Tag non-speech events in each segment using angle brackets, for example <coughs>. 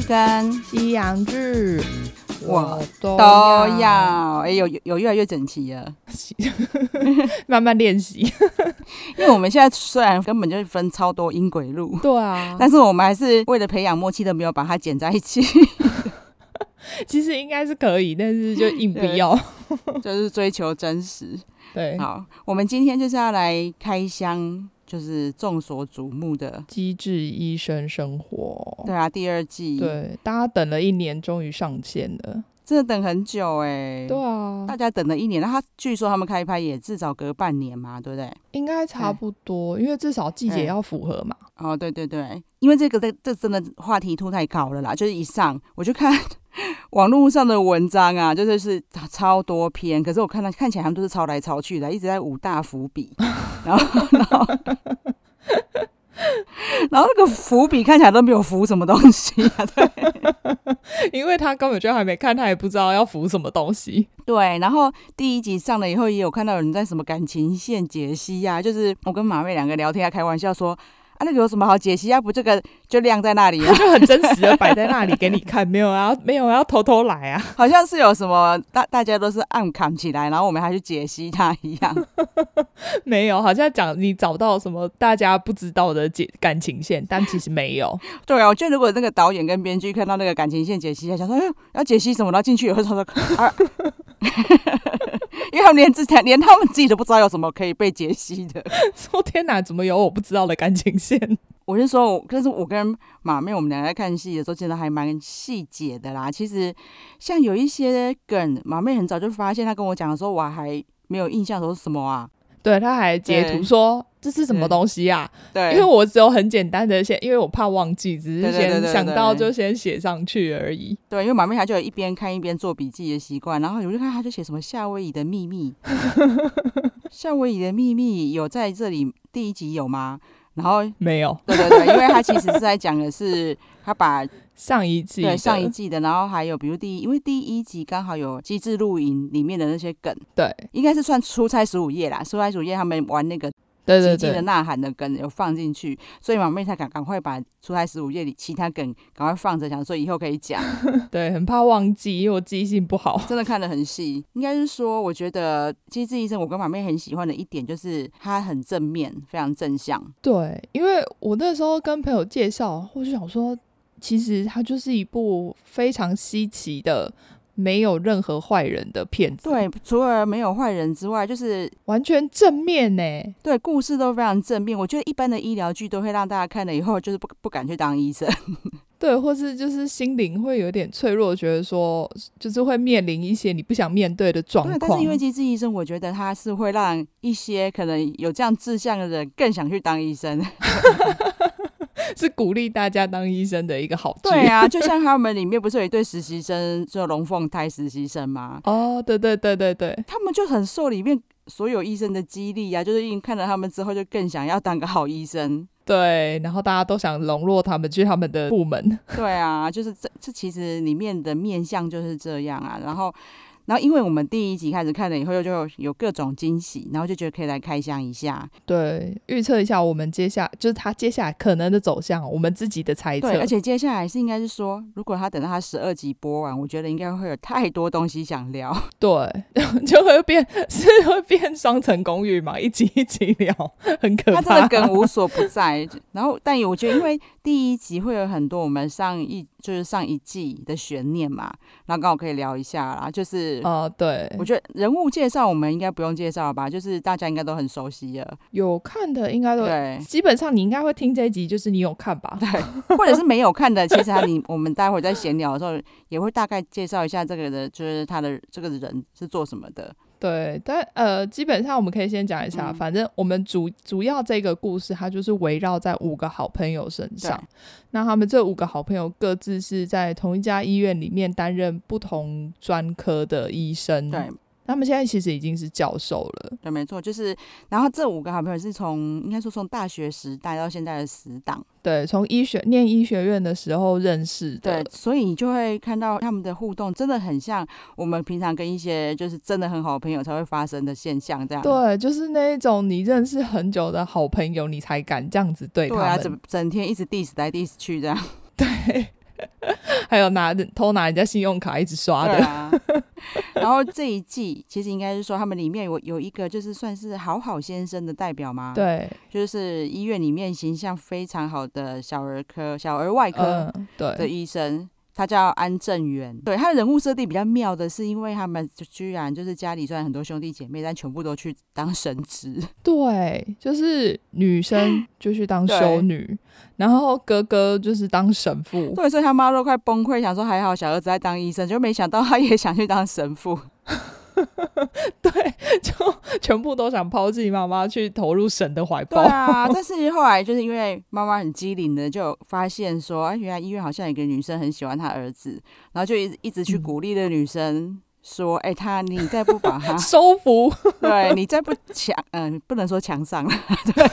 生西洋剧我都都要，哎、有有有越来越整齐了。慢慢练习。因为我们现在虽然根本就分超多音轨路， <laughs> 对啊，但是我们还是为了培养默契的，没有把它剪在一 <laughs> 起，其实应该是可以，但是就硬不要。就是追求真实。对，好，我们今天就是要来开箱，就是众所瞩目的，机智医生生活。对啊，第二季，，哦对，大家等了一年，终于上线了。真的等很久哎、对啊大，家等了一年，那他据说他们开拍也至少隔半年嘛，对不对？应该差不多，因为至少季节哎要符合嘛。哦，对对对，因为这个这这真的话题度太高了啦，就是一上我就看 <laughs> 网络上的文章啊，就是是超多篇，可是我看到看起来他们都是抄来抄去的，一直在五大伏笔，然后然后然后那个伏笔看起来都没有伏什么东西 <laughs> 啊，对 <laughs> 因为他根本就还没看，他也不知道要服什么东西。对，然后第一集上了以后，也有看到有人在什么感情线解析呀、就是我跟马妹两个聊天，还开玩笑说。啊，那个有什么好解析啊？不，这个就晾在那里啊他，就很真实的摆在那里给你看，没有啊，没有要偷偷来啊。好像是有什么大大家都是暗扛起来，然后我们还去解析它一样。 <laughs> 没有，好像讲你找到什么大家不知道的解感情线，但其实没 <laughs> 有。对啊，我觉得如果那个导演跟编剧看到那个感情线解析，想说哎呦要解析什么，然后进去以后他说啊， <laughs> 因为他们连自己连他们自己都不知道有什么可以被解析的。说天哪，怎么有我不知道的感情线？我是说我，但是我跟马妹我们俩在看戏的时候，真的还蛮细节的啦。其实像有一些梗，马妹很早就发现，她跟我讲的时候，我还没有印象说是什么啊。 <laughs> 对，他还截对图说这是什对么东西啊？对，因为我只有很简单的先，因为我怕忘记，只对是对对先对想对到对就先写上去而已。对，因为马妹她就有一边看一边做笔记的习惯，然后我就看她就写什么夏威夷的秘 <laughs> 密，夏威夷的秘密有在这里第一集有吗？然后没有对对对，因为她其实是在讲的是她 <laughs> 把上一季对的，上一季的，然后还有比如第一，因为第一集刚好有机智露营里面的那些梗，对应该是算出差十五夜啦，出差十五夜他们玩那个对《对奇迹的对，呐喊》的梗有放进去，所以马妹才赶赶快把出差十五夜里其他梗赶快放着，想说以后可以讲。对，很怕忘记，因为我记性不好。真的看得很细，应该是说，我觉得《机智医生》我跟马妹很喜欢的一点就是他很正面，非常正向。对，因为我那时候跟朋友介绍，我就想说，其实它就是一部非常稀奇的，没有任何坏人的片子，，对，除了没有坏人之外，就是完全正面呢。对故事都非常正面。我觉得一般的医疗剧都会让大家看了以后就是不 <laughs> 不敢去当医生。对，或是就是心灵会有点脆弱，觉得说就是会面临一些你不想面对的状对，况。但是因为《机智医生》，我觉得他是会让一些可能有这样志向的人更想去当医生。是鼓励大家当医生的一个好剧。 <laughs> 对 <laughs> 啊，就像他们里面不是有一对实习生，就龙凤胎实习生吗？哦，对对对对对，他们就很受里面所有医生的激励啊，就是因为看了他们之后，就更想要当个好医生。对，然后大家都想笼络他们去他们的部门，对啊，就是这这其实里面的面相就是这样啊。然后，然后因为我们第一集开始看了以后，就有有各种惊喜，然后就觉得可以来开箱一下。对，预测一下我们接下就是他接下来可能的走向，我们自己的猜测。对，而且接下来是应该是说，如果他等到他十二集播完，我觉得应该会有太多东西想聊。对， <laughs> 就会变是会变双层公寓嘛，一集一集聊，很可他怕。真的梗无所不在。然后，但我觉得，因为第一集会有很多我们上一就是上一季的悬念嘛，然后刚好可以聊一下啦。就是啊、对，我觉得人物介绍我们应该不用介绍吧，就是大家应该都很熟悉了，有看的应该都。对基本上你应该会听这一集，就是你有看吧？对，或者是没有看的，其实他你我们待会儿在闲聊的时候也会大概介绍一下这个的，就是他的这个人是做什么的。对，但呃，基本上我们可以先讲一下，嗯反正我们主主要这个故事，它就是围绕在五个好朋友身上对。那他们这五个好朋友各自是在同一家医院里面担任不同专科的医生。对，他们现在其实已经是教授了。对，没错，就是然后这五个好朋友是从应该说从大学时代到现在的死党。对，从医学念医学院的时候认识的对，。所以你就会看到他们的互动真的很像我们平常跟一些就是真的很好的朋友才会发生的现象，这样。对，就是那一种你认识很久的好朋友，你才敢这样子对他对啊们。啊，整整天一直 diss 来 diss 去这样。对，还有拿偷拿人家信用卡一直刷对的，啊。然后这一季其实应该是说，他们里面有有一个就是算是好好先生的代表嘛，，对，就是医院里面形象非常好的小儿科、小儿外科嗯，的对，医生。他叫安正元，对他的人物设定比较妙的是，因为他们就居然就是家里虽然很多兄弟姐妹，但全部都去当神职，对，就是女生就去当对修女，然后哥哥就是当神父，对，所以他妈都快崩溃，想说还好小儿子在当医生，就没想到他也想去当神父。 <laughs> 对，就全部都想抛弃妈妈去投入神的怀对抱。 <laughs> 啊，但是后来就是因为妈妈很机灵的，就有发现说，哎，原来医院好像有一个女生很喜欢她儿子，然后就一直一直去嗯，鼓励那个女生说，哎、她你再不把她收服， <laughs> 对你再不强，嗯、不能说强上了， <laughs> 对，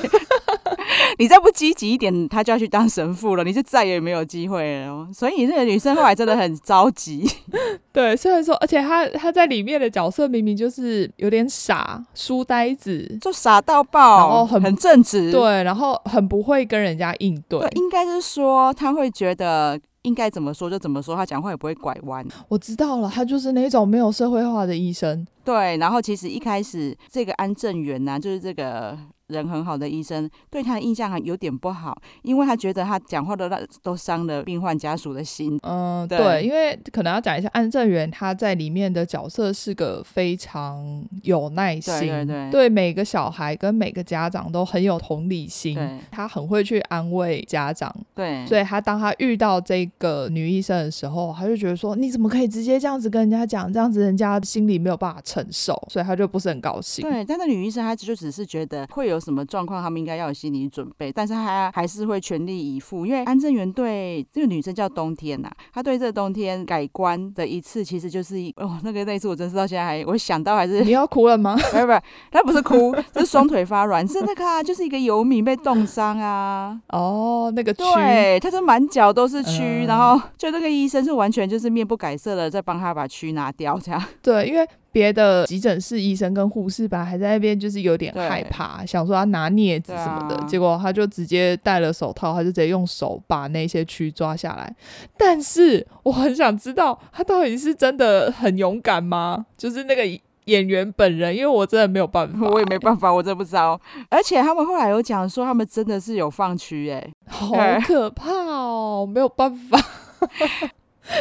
你再不积极一点，她就要去当神父了，你就再也没有机会了哦。所以那个女生后来真的很着急， <laughs> 对，虽然说，而且他他在里面的角色明明就是有点傻、书呆子，就傻到然后爆，很很正直，对，然后很不会跟人家应对。对，应该是说她会觉得。应该怎么说就怎么说，她讲话也不会拐弯。我知道了，他就是那种没有社会化的医生，对，然后其实一开始这个安正元呐、就是这个人很好的医生，对他的印象还有点不好，因为他觉得他讲话都让都伤了病患家属的心。嗯，对对，因为可能要讲一下安正元，他在里面的角色是个非常有耐心，对对对每个小孩跟每个家长都很有同理心，对他很会去安慰家长，对，所以他当他遇到这个女医生的时候，他就觉得说你怎么可以直接这样子跟人家讲，这样子人家心里没有办法承受， <laughs> 所以他就不是很高 <laughs> 兴。对，但那女医生她就只是觉得会有什么状况，他们应该要有心理准备，但是她还是会全力以赴，因为安正元对这个女生叫冬天呐、她对这个冬天改观的一次，其实就是一哦，那个那一次我真是到现在还我想到还是你要哭了吗？不是不是，他不是哭，是双腿发软，是那个啊，就是一个游民被冻伤啊。 <laughs> 哦，那个区，对，他就满脚都是蛆，嗯然后就那个医生是完全就是面不改色的在帮他把蛆拿掉，这样。对，因为别的急诊室医生跟护士吧，还在那边就是有点对害怕，想说要拿镊子对什么的，啊结果他就直接戴了手套，他就直接用手把那些蛆抓下来。但是我很想知道，他到底是真的很勇敢吗？就是那个演员本人，因为 <laughs> 我真的没有办法、 <laughs> 我也没办法，我真不知道。而且他们后来有讲说，他们真的是有放蛆哎、好对可怕哦，没有办法。 <laughs>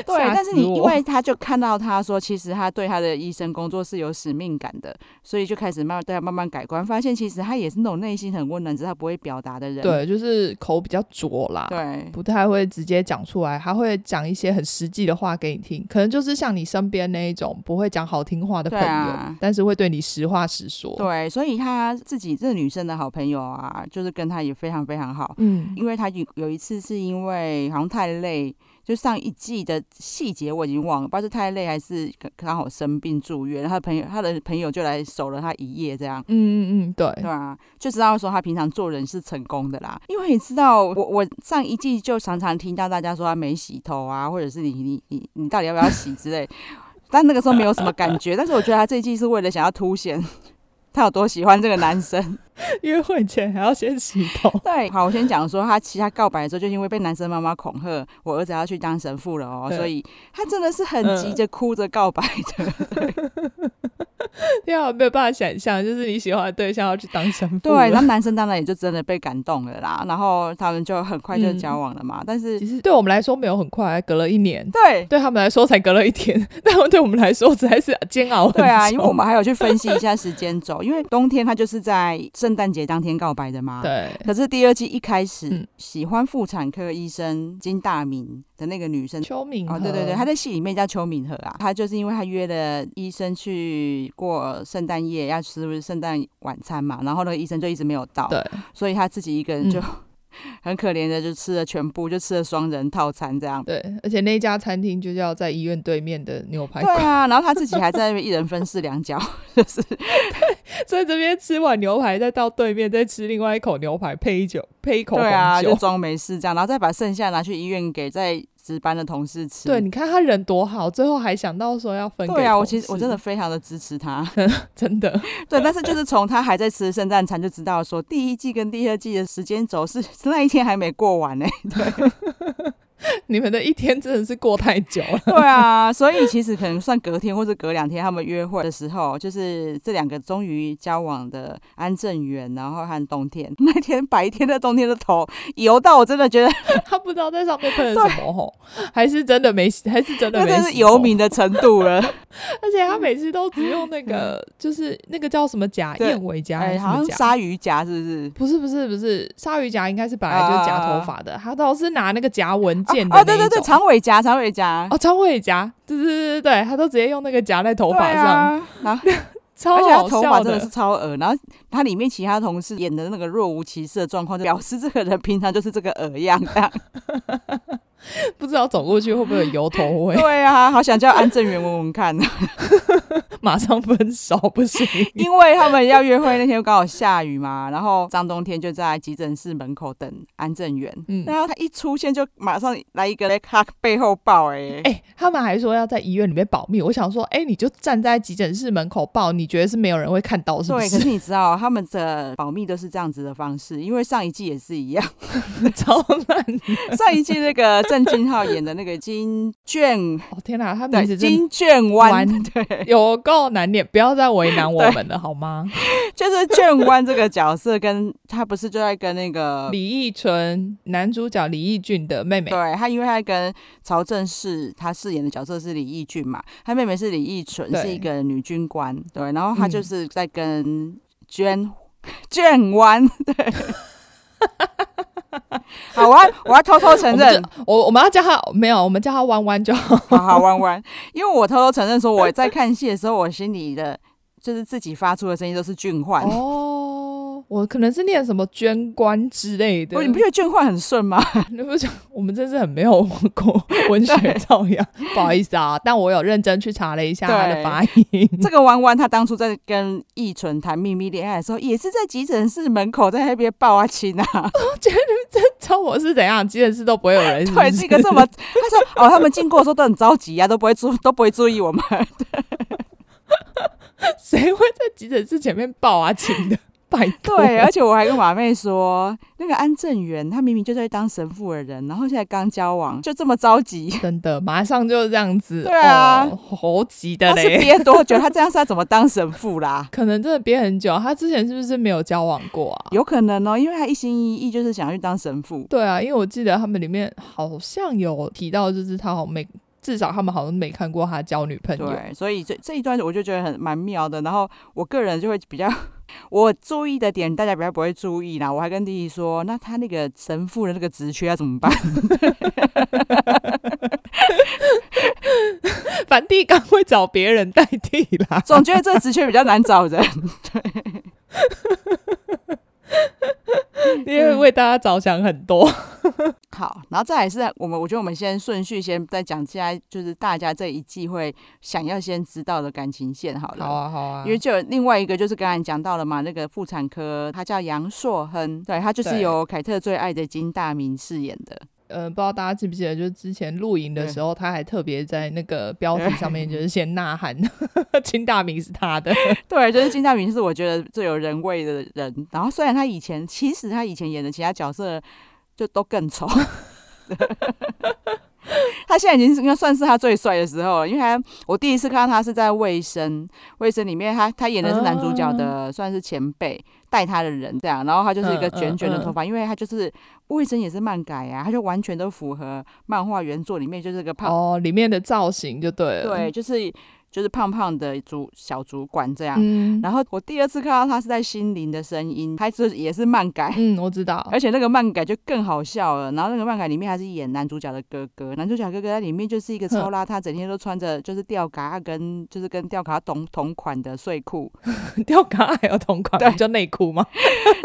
对，吓但是死你我因为他就看到他说，其实他对他的医生工作是有使命感的，所以就开始慢慢对他慢慢改观，发现其实他也是那种内心很温暖，只是他不会表达的人。 <laughs> 对，啊就是口比较拙啦。对，不太会直接讲出来，他会讲一些很实际的话给你听，可能就是像你身边那一种不会讲好听话的朋友，对啊但是会对你实话实说。，对，所以她自己这个女生的好朋友啊，就是跟她也非常非常好，嗯，因为她有有一次是因为好像太累，就上一季的细节我已经忘了，不知道是太累还是刚刚好生病住院，她的朋友她的朋友就来守了她一夜这样。嗯嗯嗯，对，对啊，就知道说她平常做人是成功的啦，因为你知道我我上一季就常常听到大家说她没洗头啊，或者是你你你你到底要不要洗之类， <laughs> 但那个时候没有什么感觉，但是我觉得她这一季是为了想要凸显 <laughs> 她有多喜欢这个男生，约会前还要先洗头。 <laughs> 对，好，我先讲说，他其他告白的时候，就因为被男生妈妈恐吓，我儿子要去当神父了哦，对所以他真的是很嗯急着哭着告白的。 <laughs> 对啊，没有办法想象，就是你喜欢的对象要去当神父。对，然后男生当然也就真的被感动了啦，然后他们就很快就嗯交往了嘛。但是其实对我们来说没有很快，隔了一年，对。对他们来说才隔了一天， <laughs> 但对我们来说实在是煎熬很久。对啊，因为我们还有去分析一下时间轴，因为冬天他就是在圣诞节当天告白的嘛。。对可是第二季一开始，嗯喜欢妇产科医生金大明的那个女生，邱敏哦，对对对，和他在戏里面叫邱敏和啊，他就是因为他约了医生去过圣诞夜，要吃圣诞晚餐嘛，然后那个医生就一直没有到，对，嗯所以他自己一个人就、 <laughs> 很可怜的就吃了全部，就吃了双人套餐这样。对，而且那家餐厅就叫在医院对面的牛排对馆。啊，然后他自己还在那边一人分饰两角， <laughs> 就是 <laughs> 在这边吃完牛排，再到对面再吃另外一口牛排，配一酒，配一口对啊，红就酒。装没事这样，然后再把剩下拿去医院给在值班的同事吃。对，你看他人多好，最后还想到说要分给对啊，同我其实我事真的非常的支持他。 <laughs> 真的， <laughs> 对，但是就是从他还在吃圣诞餐就知道 <laughs> 说，第一季跟第二季的时间轴是是那一天还没过完呢、你们的一天真的是过太久了。 <laughs> <laughs> 对啊，所以其实可能算隔天或者隔两天，他们约会的时候，就是这两个终于交往的安正元，然后和冬天 <laughs> 那天白天的冬天的头油到，我真的觉得他不知道在上面喷了什么吼，还是真的没洗，还是真的那 <laughs> 没真洗是游头民的程度 <laughs> 了。而且嗯他每次都只用那个，就是那个叫什么夹，对燕尾夹还哎，是什好么像夹？鲨鱼夹是不是？不是不是不是，鲨鱼夹应该是本来就是夹啊头发的，他倒是拿那个夹文件的哦，那对一对对，种长尾夹，长尾夹。哦，长尾夹，对对对对对，他都直接用那个夹在头对发上，啊，然后超而且他好头发笑真的是超恶，然后他里面其他同事演的那个若无其事的状况，就表示这个人平常就是这个恶样这样。不知道走过去会不会有油头味，对啊，好想叫安正元闻闻看。啊马上分手不行。 <laughs> 因为他们要约会那天刚好下雨嘛，然后张冬天就在急诊室门口等安正元，嗯然后他一出现就马上来一个在他背后抱、哎、哎、他们还说要在医院里面保密，我想说，哎、你就站在急诊室门口抱，你觉得是没有人会看到是不对，可是？是你知道他们的保密都是这样子的方式，因为上一季也是一样， <laughs> 超烂！上一季那个郑敬浩演的那个金卷，哦天哪，他 <laughs> 名对，字真的金卷湾， <laughs> 弯对，有够难念，不要再为难我们了好吗？就是卷湾这个角色跟他不是就在跟那个李翊纯，男主角李翊俊的妹妹，嗯对他，因为他跟曹正奭他饰演的角色是李义俊嘛，他妹妹是李义纯，对是一个女军官。对，然后他就嗯是在跟娟、 <laughs> 娟湾， <laughs> 对。好，我要我要偷偷承我们认，就我我们要叫她没有，我们叫她弯弯就好。 <laughs> 好好弯弯，因为我偷偷承认说，我在看戏的时候，我心里的就是自己发出的声音都是俊焕。哦，我可能是念什么捐官之类的不，，你不觉得俊焕很顺吗？ <laughs> 你不觉得我们真是很没有 <laughs> 过文学造养？ <laughs> 不好意思啊，但我有认真去查了一下对他的发音。 <laughs> <laughs> 这个弯弯，他当初在跟易纯谈秘密恋爱的时候，也是在急诊室门口在那边抱啊亲啊。超我是怎样，急诊室都不会有人是不 <laughs> 对，哎是是一个这么，他说哦，他们经过的时候都很着急啊，都不会注都不会注意我们。谁会在急诊室前面抱啊亲 <laughs> 的？拜托，对，而且我还跟马妹说，那个安正元他明明就是在当神父的人，然后现在刚交往，就这么着 <laughs> 急，真的，马上就这样子，对啊哦、猴急的他是嘞。憋多久？他这样是要怎么当神父啦？可能真的憋很久，他之前是不是没有交往过啊？有可能哦，因为他一心一意就是想要去当神父。对啊，因为我记得他们里面好像有提到，就是他好像没，至少他们好像没看过他交女朋友。对，所以这这一段我就觉得很蛮妙的。然后我个人就会比较我注意的点，大家比较不会注意啦。我还跟弟弟说，那他那个神父的那个职缺要怎么办？ <laughs> 梵蒂冈会找别人代替 <laughs> 啦。总觉得这个职缺比较难找人。 <laughs> 因为为大家着想很多。好，然后再来是我们，我觉得我们先顺序先再讲，现在就是大家这一季会想要先知道的感情线好了。啊，好啊因为就有另外一个就是刚才讲到了嘛，那个妇产科，他叫杨硕亨，对他就是对由凯特最爱的金大明饰演的。呃，不知道大家记不记得，就是之前录影的时候，他还特别在那个标题上面就是先呐喊， <laughs> 金大明是他的。对，就是金大明是我觉得最有人味的人。然后虽然他以前，其实他以前演的其他角色就都更丑。 <laughs> 他现在已经是应该算是他最帅的时候了，因为他我第一次看到他是在《卫生》《卫生》里面他，他演的是男主角的、算是前辈带他的人这样，然后他就是一个哦嗯嗯卷卷的头发，因为他就是《卫生》也是漫改啊，他就完全都符合漫画原作里面就是个胖，哦，里面的造型就对了。对，，就是就是胖胖的主小主管这样，嗯然后我第二次看到他是在《心灵的声音》，他就是也是漫改， <laughs> 嗯，我知道。 <laughs> 而且那个漫改就更好笑了。然后那个漫改里面还是演男主角的哥哥，男主角哥哥在里面就是一个超邋遢，整天都穿着就是吊嘎跟就是跟吊嘎同同款的睡裤，吊嘎还有同款，对不叫内裤吗？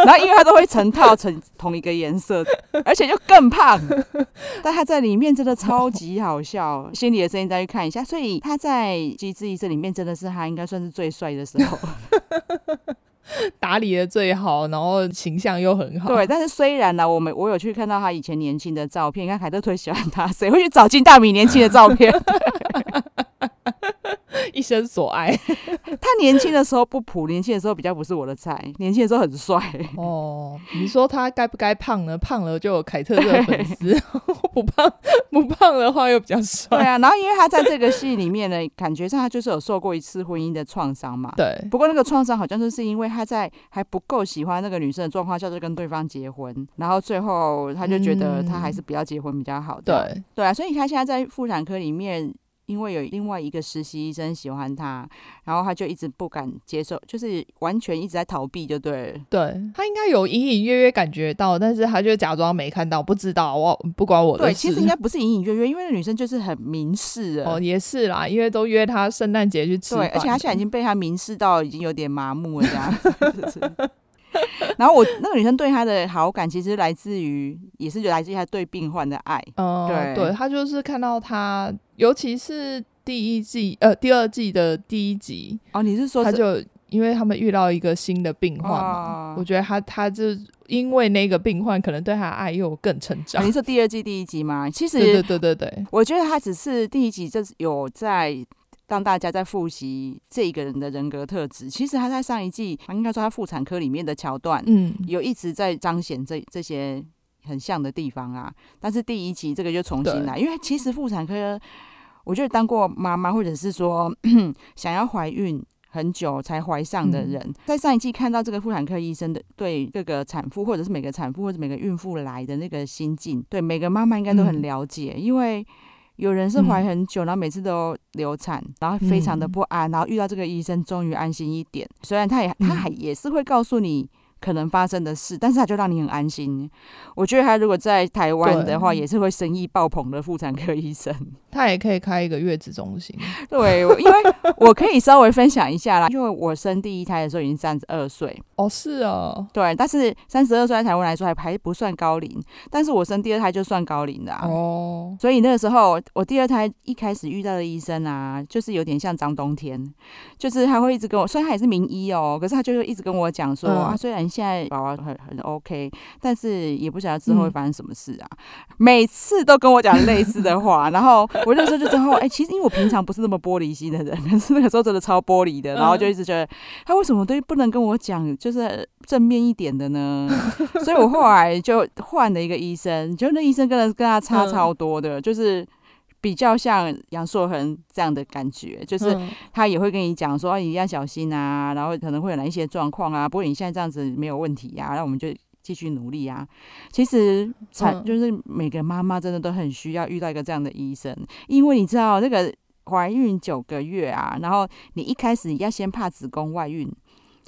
然后因为他都会成套成同一个颜色，而且就更胖。但他在里面真的超级好笑，《心里的声音》再去看一下。所以他在《机智医生》里面真的是他应该算是最帅的时候。 <laughs> 打理的最好，然后形象又很好。 <laughs> 对，但是虽然呢，我们我有去看到他以前年轻的照片，你看凯特推喜欢他，谁会去找金大米年轻的照片？ <laughs> 一生所 <laughs> 爱。 <laughs> 他年轻的时候不普，年轻的时候比较不是我的菜，年轻的时候很帅。哦，你说他该不该胖呢？胖了就有凯特这个 <laughs> 粉丝，不胖不胖的话又比较对帅。啊，然后因为他在这个戏里面呢，感觉上他就是有受过一次婚姻的创伤嘛。对，不过那个创伤好像就是因为他在还不够喜欢那个女生的状况下就跟对方结婚，然后最后他就觉得他还是不要结婚比较好这样。对，对啊，所以他现在在妇产科里面，因为有另外一个实习医生喜欢他，然后他就一直不敢接受，就是完全一直在逃避，就对了。对，他应该有隐隐约约感觉到，但是他就假装没看到，不知道，我不关我的对，事。其实应该不是隐隐约约，因为那女生就是很明示了。哦，也是啦，因为都约他圣诞节去吃对，饭，而且他现在已经被他明示到已经有点麻木了，这样。就是然后我那个女生对他的好感，其实来自于也是来自于他对病患的爱。嗯，对对他就是看到他，尤其是第一季呃第二季的第一集，哦，你是说他是就因为他们遇到一个新的病患嘛，哦我觉得他他就因为那个病患，可能对他的爱又更成长哦。你说第二季第一集吗？其实对对对对对，我觉得他只是第一集就是有在。让大家在复习这一个人的人格特质。其实他在上一季，应该说他妇产科里面的桥段，嗯，有一直在彰显这这些很像的地方啊。但是第一集这个就重新来，因为其实妇产科，我觉得当过妈妈或者是说 <coughs> 想要怀孕。很久才怀上嗯的人，在上一季看到这个妇产科医生的对各个产妇，或者是每个产妇或者每个孕妇来的那个心境，对每个妈妈应该都很嗯了解，因为有人是怀很久，然后每次都流产，然后非常的嗯不安，然后遇到这个医生，终于安心一点。虽然他也他嗯还也是会告诉你可能发生的事，但是他就让你很安心。我觉得他如果在台湾的话，对也是会生意爆棚的妇产科医生。 <laughs> 他也可以开一个月子中心。对，我因为我可以稍微分享一下啦，因为我生第一胎的时候已经三十二岁，哦，是哦，对，但是三十二岁在台湾来说还还不算高龄，但是我生第二胎就算高龄的啊。哦，所以那个时候，我第二胎一开始遇到的医生啊，就是有点像张冬天，就是他会一直跟我，虽然他也是名医哦，可是他就会一直跟我讲说、嗯啊，虽然现在宝宝很很 OK，但是也不晓得之嗯后会发生什么事啊。每次都跟我讲类似的 <laughs> 话，然后我那时候就之后，哎、其实因为我平常不是那么玻璃心的人，可是那个时候真的超玻璃嗯的，然后就一直觉得他为什么都不能跟我讲，就是正面一点的呢？所以我后来就换了一个医生，就那医生跟他跟他差嗯超多的，就是比较像杨硕恒这样的感觉，就是嗯他也会跟你讲说、啊、你要小心啊，然后可能会有哪一些状况啊，不过你现在这样子没有问题呀、啊，那我们就。继续努力啊！其实产、嗯就是每个妈妈真的都很需要遇到一个这样的医生，因为你知道那个怀孕九个月啊，然后你一开始要先怕子宫外孕，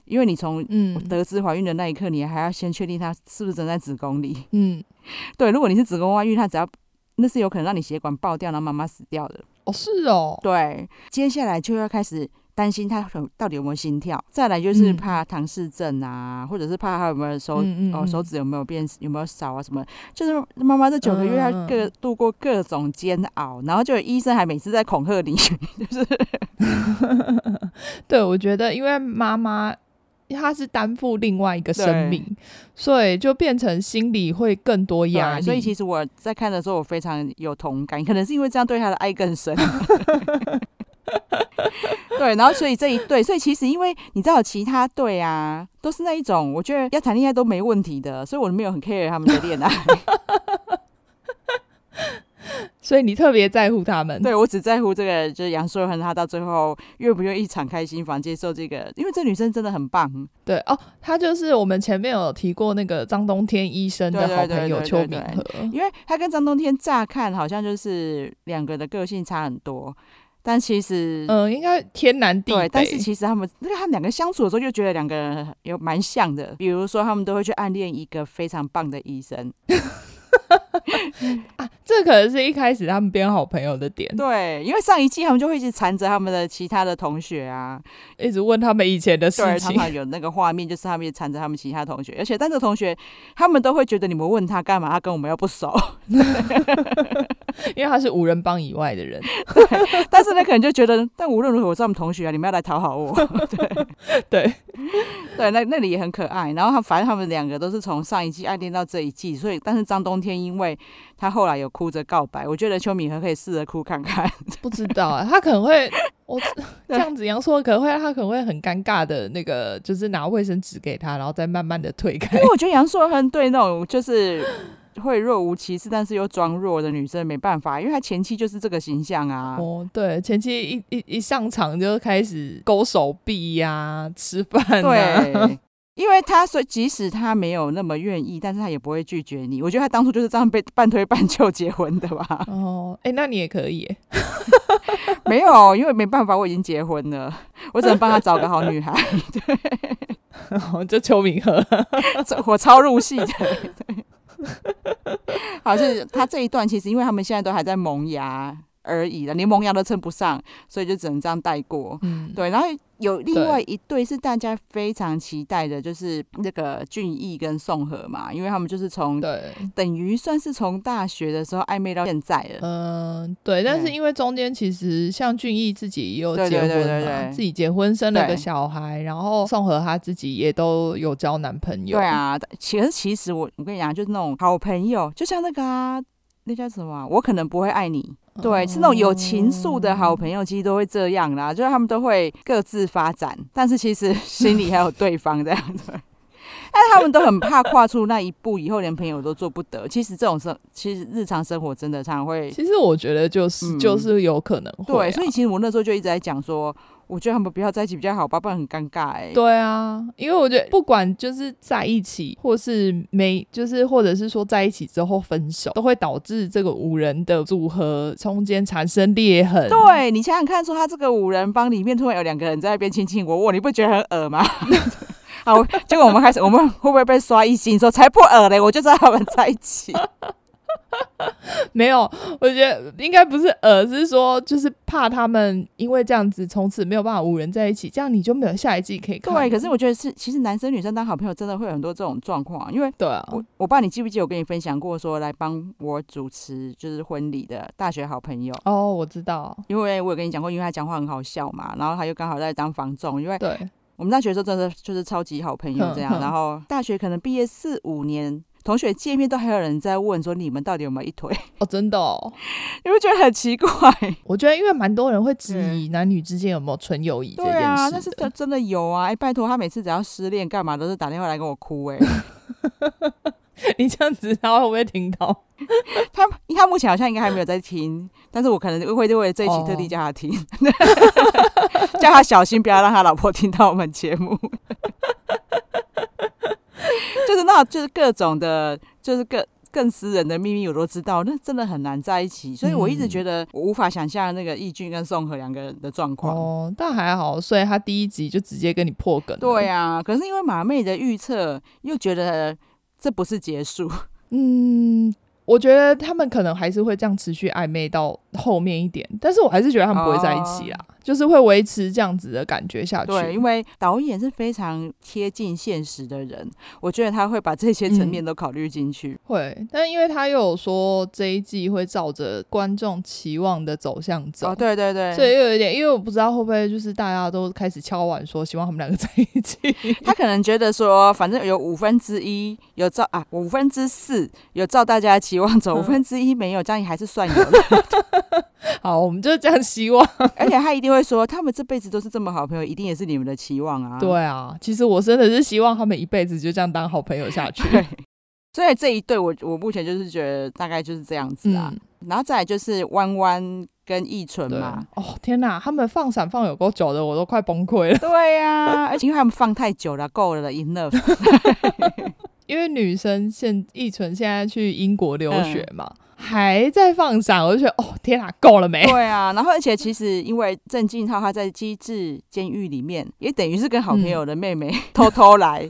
因为你从我嗯得知怀孕的那一刻，你还要先确定它是不是真在子宫里。嗯，对，如果你是子宫外孕，它只要那是有可能让你血管爆掉，然后妈妈死掉的。哦是哦，对，接下来就要开始担心她有到底有没有心跳，再来就是嗯怕唐氏症啊，或者是怕她有没有手、嗯嗯哦嗯手指有没有变有没有少啊什么，就是妈妈这九个月要嗯嗯各度过各种煎熬，然后就有医生还每次在恐吓你，就是对，我觉得因为妈妈她是担负另外一个生命，所以就变成心里会更多压对，力。所以其实实我在看的时候，我非常有同感，可能是因为这样对他的爱更深。 <laughs> 对，然后所以这一对，所以其实因为你知道其他对啊，都是那一种我觉得要谈恋爱都没问题的，所以我没有很 care 他们的恋 <laughs> 爱，所以你特别在乎他们。对我只在乎这个就是杨烁恒他到最后愿不愿意敞开心房接受这个，因为这女生真的很棒，对哦，他就是我们前面有提过那个张冬天医生的好朋友对对对对邱对敏对和。因为她跟张冬天乍看好像就是两个的个性差很多，但其实嗯，应该天南地对，北。但是其实他们那个他们两个相处的时候，就觉得两个人有蛮像的。比如说，他们都会去暗恋一个非常棒的医生。啊，这可能是一开始他们变好朋友的点，对，因为上一季他们就会一直缠着他们的其他的同学啊，一直问他们以前的事对，常情。常有那个画面，就是他们也缠着他们其他同学，而且但是同学他们都会觉得你们问他干嘛，他跟我们又不熟。因为他是五人帮以外的人，但 <laughs> 是呢，可能就觉得，但无论如何我是他们同学啊，你们要来讨好我。对对，那那里也很可爱。然后他反正他们两个都是从上一季暗恋到这一季，所以但是张冬天因为他后来有哭着告白，我觉得邱敏和可以试着哭看 <laughs> 看。不知道、啊，他可 <laughs> 能会我 <laughs> 这对样子杨烁可能会他可能会很尴尬的那个，就是拿卫生纸给他，然后再慢慢的推开因。为我觉得杨烁很对那种就是会若无其事，但是又装弱的女生没办法，因为她前期就是这个形象啊。哦，对，前期一一一上场就开始勾手臂呀、吃饭、啊，？对，因为她所以即使她没有那么愿意，但是她也不会拒绝你。我觉得她当初就是这样被半推半就结婚的吧哦，哎、那你也可以耶， <laughs> <laughs> 没有，因为没办法，我已经结婚了， <laughs> 我只能帮她找个好女孩。 <laughs> 就邱明和，这我超入戏的。 <laughs> 对，好像是他这一段，其实因为他们现在都还在萌芽而已了，连萌芽都称不上，所以就只能这样带过。嗯，对，然后有另外一对是大家非常期待的，就是那个俊逸跟宋和嘛，因为他们就是从嗯对，等于算是从大学的时候暧昧到现在了。嗯、对，但是对因为中间其实像俊逸自己也有对结对婚嘛，对对对自己结婚生了个对小孩，然后宋和他自己也都有交男朋友，对，啊，其实其实我我跟你讲，就是那种好朋友，就像那个啊，那叫什么啊、我可能不会爱你，对，是那种有情愫的好朋友，其实都会这样啦，就是他们都会各自发展，但是其实 <laughs> 心里还有对方这样子。但是他们都很怕跨出那一步，以后连朋友都做不得。其实这种生，其实日常生活真的常常会其实我觉得就是、嗯就是有可能会啊、对，所以其实我那时候就一直在讲说，我觉得他们不要在一起比较好吧，不然很尴尬哎、对啊，因为我觉得不管就是在一起，或是没，就是或者是说在一起之后分手，都会导致这个五人的组合中间产生裂痕。对你想想看，说他这个五人帮里面突然有两个人在那边卿卿我我，你不觉得很恶吗？ <laughs> 好，结果我们开始，我们会不会被刷一星？说才不恶嘞，我就知道他们在一起。没有，我觉得应该不是呃，是说就是怕他们因为这样子从此没有办法五人在一起，这样你就没有下一季可以看。对，可是我觉得是，其实男生女生当好朋友真的会有很多这种状况，因为对啊，我我爸，你记不记得我跟你分享过说来帮我主持就是婚礼的大学好朋友，哦，我知道，因为我有跟你讲过，因为他讲话很好笑嘛，然后他又刚好在当房仲，因为对，我们大学的时候真的就是超级好朋友这哼样，哼然后大学可能毕业四五年。同学见面都还有人在问说你们到底有没有一腿， <laughs> 哦，真的、哦，你会觉得很奇怪。我觉得因为蛮多人会质疑男女之间有没有纯友谊这对件事的。啊，但是真真的有啊！哎、拜托，他每次只要失恋干嘛都是打电话来跟我哭、哎， <laughs> 你这样子，他会不会听到？他他目前好像应该还没有在听，但是我可能会为了这一期特地叫他听， <laughs> 叫他小心不要让他老婆听到我们节目。就是那，就是各种的，就是各更私人的秘密我都知道，那真的很难在一起。所以我一直觉得我无法想象那个义俊跟宋和两个人的状况。哦，但还好，所以他第一集就直接跟你破梗。对、啊，可是因为马妹的预测，又觉得这不是结束。嗯，我觉得他们可能还是会这样持续暧昧到后面一点，但是我还是觉得他们不会在一起啦，就是会维持这样子的感觉下去。哦对，因为导演是非常贴近现实的人，我觉得他会把这些嗯层面都考虑进去。会，但因为他又有说这一季会照着观众期望的走向走。哦，对对对，所以又有一点，因为我不知道会不会就是大家都开始敲碗说希望他们两个在一起。 <laughs> 他可能觉得说，反正有五分之一有照啊，五分之四有照大家的期望走，嗯五分之一没有，这样还是算有的。 <laughs> 好，我们就这样希望。而且他一定会说，他们这辈子都是这么好朋友，一定也是你们的期望啊。对啊，其实我真的是希望他们一辈子就这样当好朋友下去。 <laughs> 对。所以这一对我，我目前就是觉得大概 <laughs> 就是这样子啊。嗯，然后再来就是弯弯跟易纯对嘛，哦，天哪，他们放闪放有够久的，我都快崩溃了。对呀、而且因为他们放太久了，够了，enough。 <laughs> 因为女生现易纯现在去英国留学嘛，嗯还在放闪，我就觉得哦，天哪，够了 <laughs> 没？对啊，然后而且其实因为郑敬浩他在机智监狱里面，也等于是跟好朋友的妹妹嗯 <laughs> 偷偷 <laughs> 来，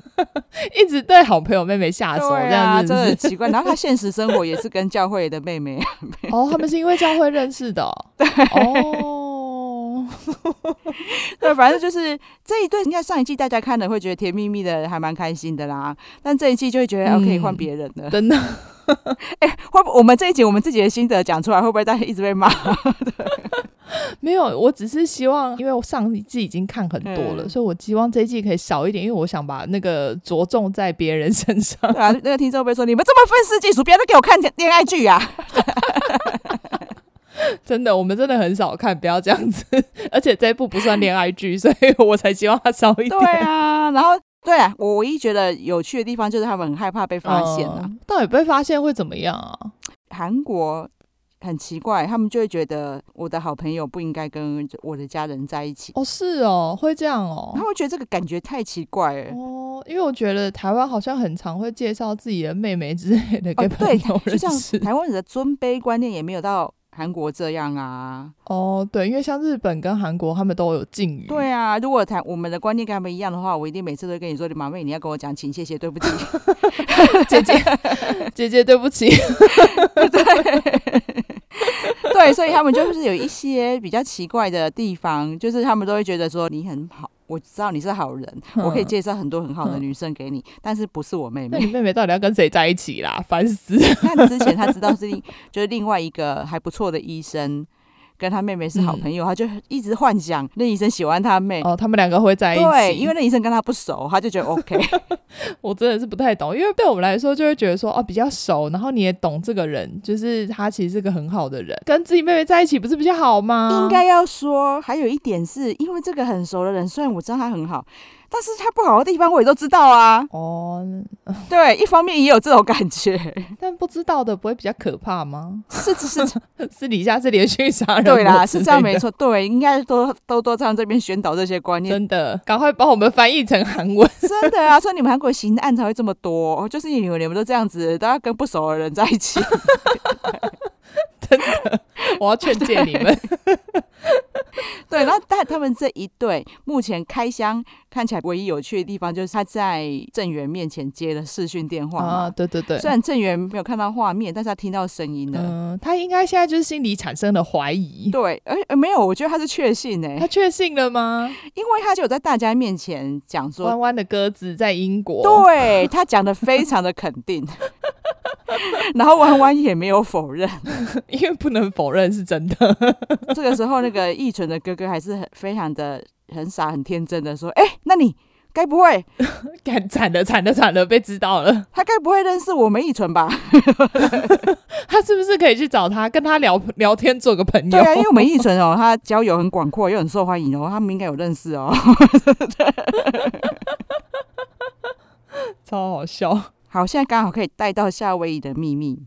一直对好朋友妹妹下手，对这样啊，子真的是很奇怪。然后他现实生活也是跟教会的妹妹， <laughs> 不是哦，他们是因为教会认识的哦。哦，对，反正就是这一对，应该上一季大家看了会觉得甜蜜蜜的，还蛮开心的啦。但这一季就会觉得、嗯哦，可以换别人了。真的， <laughs> 会不我们这一集我们自己的心得讲出来，会不会大家一直被骂？没有，我只是希望，因为我上一季已经看很多了，嗯所以我希望这一季可以少一点，因为我想把那个着重在别人身上。对啊，那个听众会不会说你们这么愤世嫉俗，不要再给我看恋爱剧 <laughs> 啊！真的，我们真的很少看，不要这样子。 <laughs> 而且这一部不算恋爱剧， <laughs> 所以我才希望它少一点。对啊，然后对啊，我唯一觉得有趣的地方就是他们很害怕被发现啊。嗯到底被发现会怎么样啊？韩国很奇怪，他们就会觉得我的好朋友不应该跟我的家人在一起，哦，是哦，会这样哦他。们觉得这个感觉太奇怪了。哦，因为我觉得台湾好像很常会介绍自己的妹妹之类的给哦，朋对，友就认像识。台湾人的尊卑观念也没有到韩国这样啊。哦，对，因为像日本跟韩国，他们都有敬语。对啊，如果台我们的观念跟他们一样的话，我一定每次都会跟你说，马妹，你要跟我讲，请谢谢，对不 <laughs> 起。 <laughs> 姐 <laughs> 姐，姐姐，对不起。 <laughs> 对，所以他们就是有一些比较奇怪的地方，就是他们都会觉得说你很好，我知道你是好人，我可以嗯介绍很多很好的女生给你，但是不是我妹 <laughs> 那妹你。妹妹到底要跟谁在一起啦？烦死！那之前他知道是另就是另外一个还不错的医生，跟他妹妹是好朋友，他就一直幻想那医生喜欢他妹。哦，他们两个会在一起。对，因为那医生跟他不熟，他就觉得 OK。我真的是不太懂，因为对我们来说就会觉得说哦比较熟，然后你也懂这个人，就是他其实是个很好的人，跟自己妹妹在一起不是比较好吗？应该要说，还有一点是因为这个很熟的人，虽然我知道他很好，但是他不好的地方我也都知道啊。哦，对，一方面也有这种感觉，但不知道的不会比较可怕吗？ <laughs> 是是是私底下是连续杀人，对啦，是这样没错，错。对，应该多多多上这边宣导这些观念。真的，赶快帮我们翻译成韩文。真的啊，所以你们韩国刑案才会这么多，哦就是你们你们都这样子，都要跟不熟的人在一起。我要劝诫你 <laughs> 们。对，然后但他们这一对目前开箱看起来唯一有趣的地方，就是他在郑源面前接了视讯电话啊，嘛。对对对虽。然郑源没有看到画面，但是他听到声音了。嗯，他应该现在就是心里产生了怀疑。对，而、呃没有，我觉得他是确信哎、他确信了吗？因为他就有在大家面前讲说弯弯的鸽子在英国。对他讲的非常的肯定， <laughs> 然后弯弯也没有否认。因为不能否认是真的。这个时候，那个易纯的哥哥还是很非常的很傻、很天真的说：“哎、那你该不会干惨了，惨了，惨了，被知道了。他该不会认识我们易纯吧？他是不是可以去找他，跟他聊聊天，做个朋 <laughs> 友？对啊，因为我们易纯哦，他交友很广阔，又很受欢迎哦，他们应该有认识哦。 <laughs> <laughs> 超好笑。好，现在刚好可以带到夏威夷的秘密。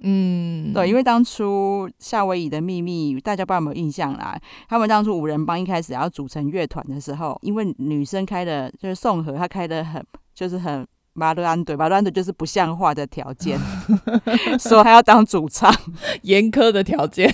嗯，对，因为为当初夏威夷的秘密，大家不知道有没有印象啦？他们当初五人帮一开始要组成乐团的时候，因为女生开的，就是宋和，她开的很，就是很马德安对，马德安对就是不像话的条件，说她要当主唱。严苛的条件，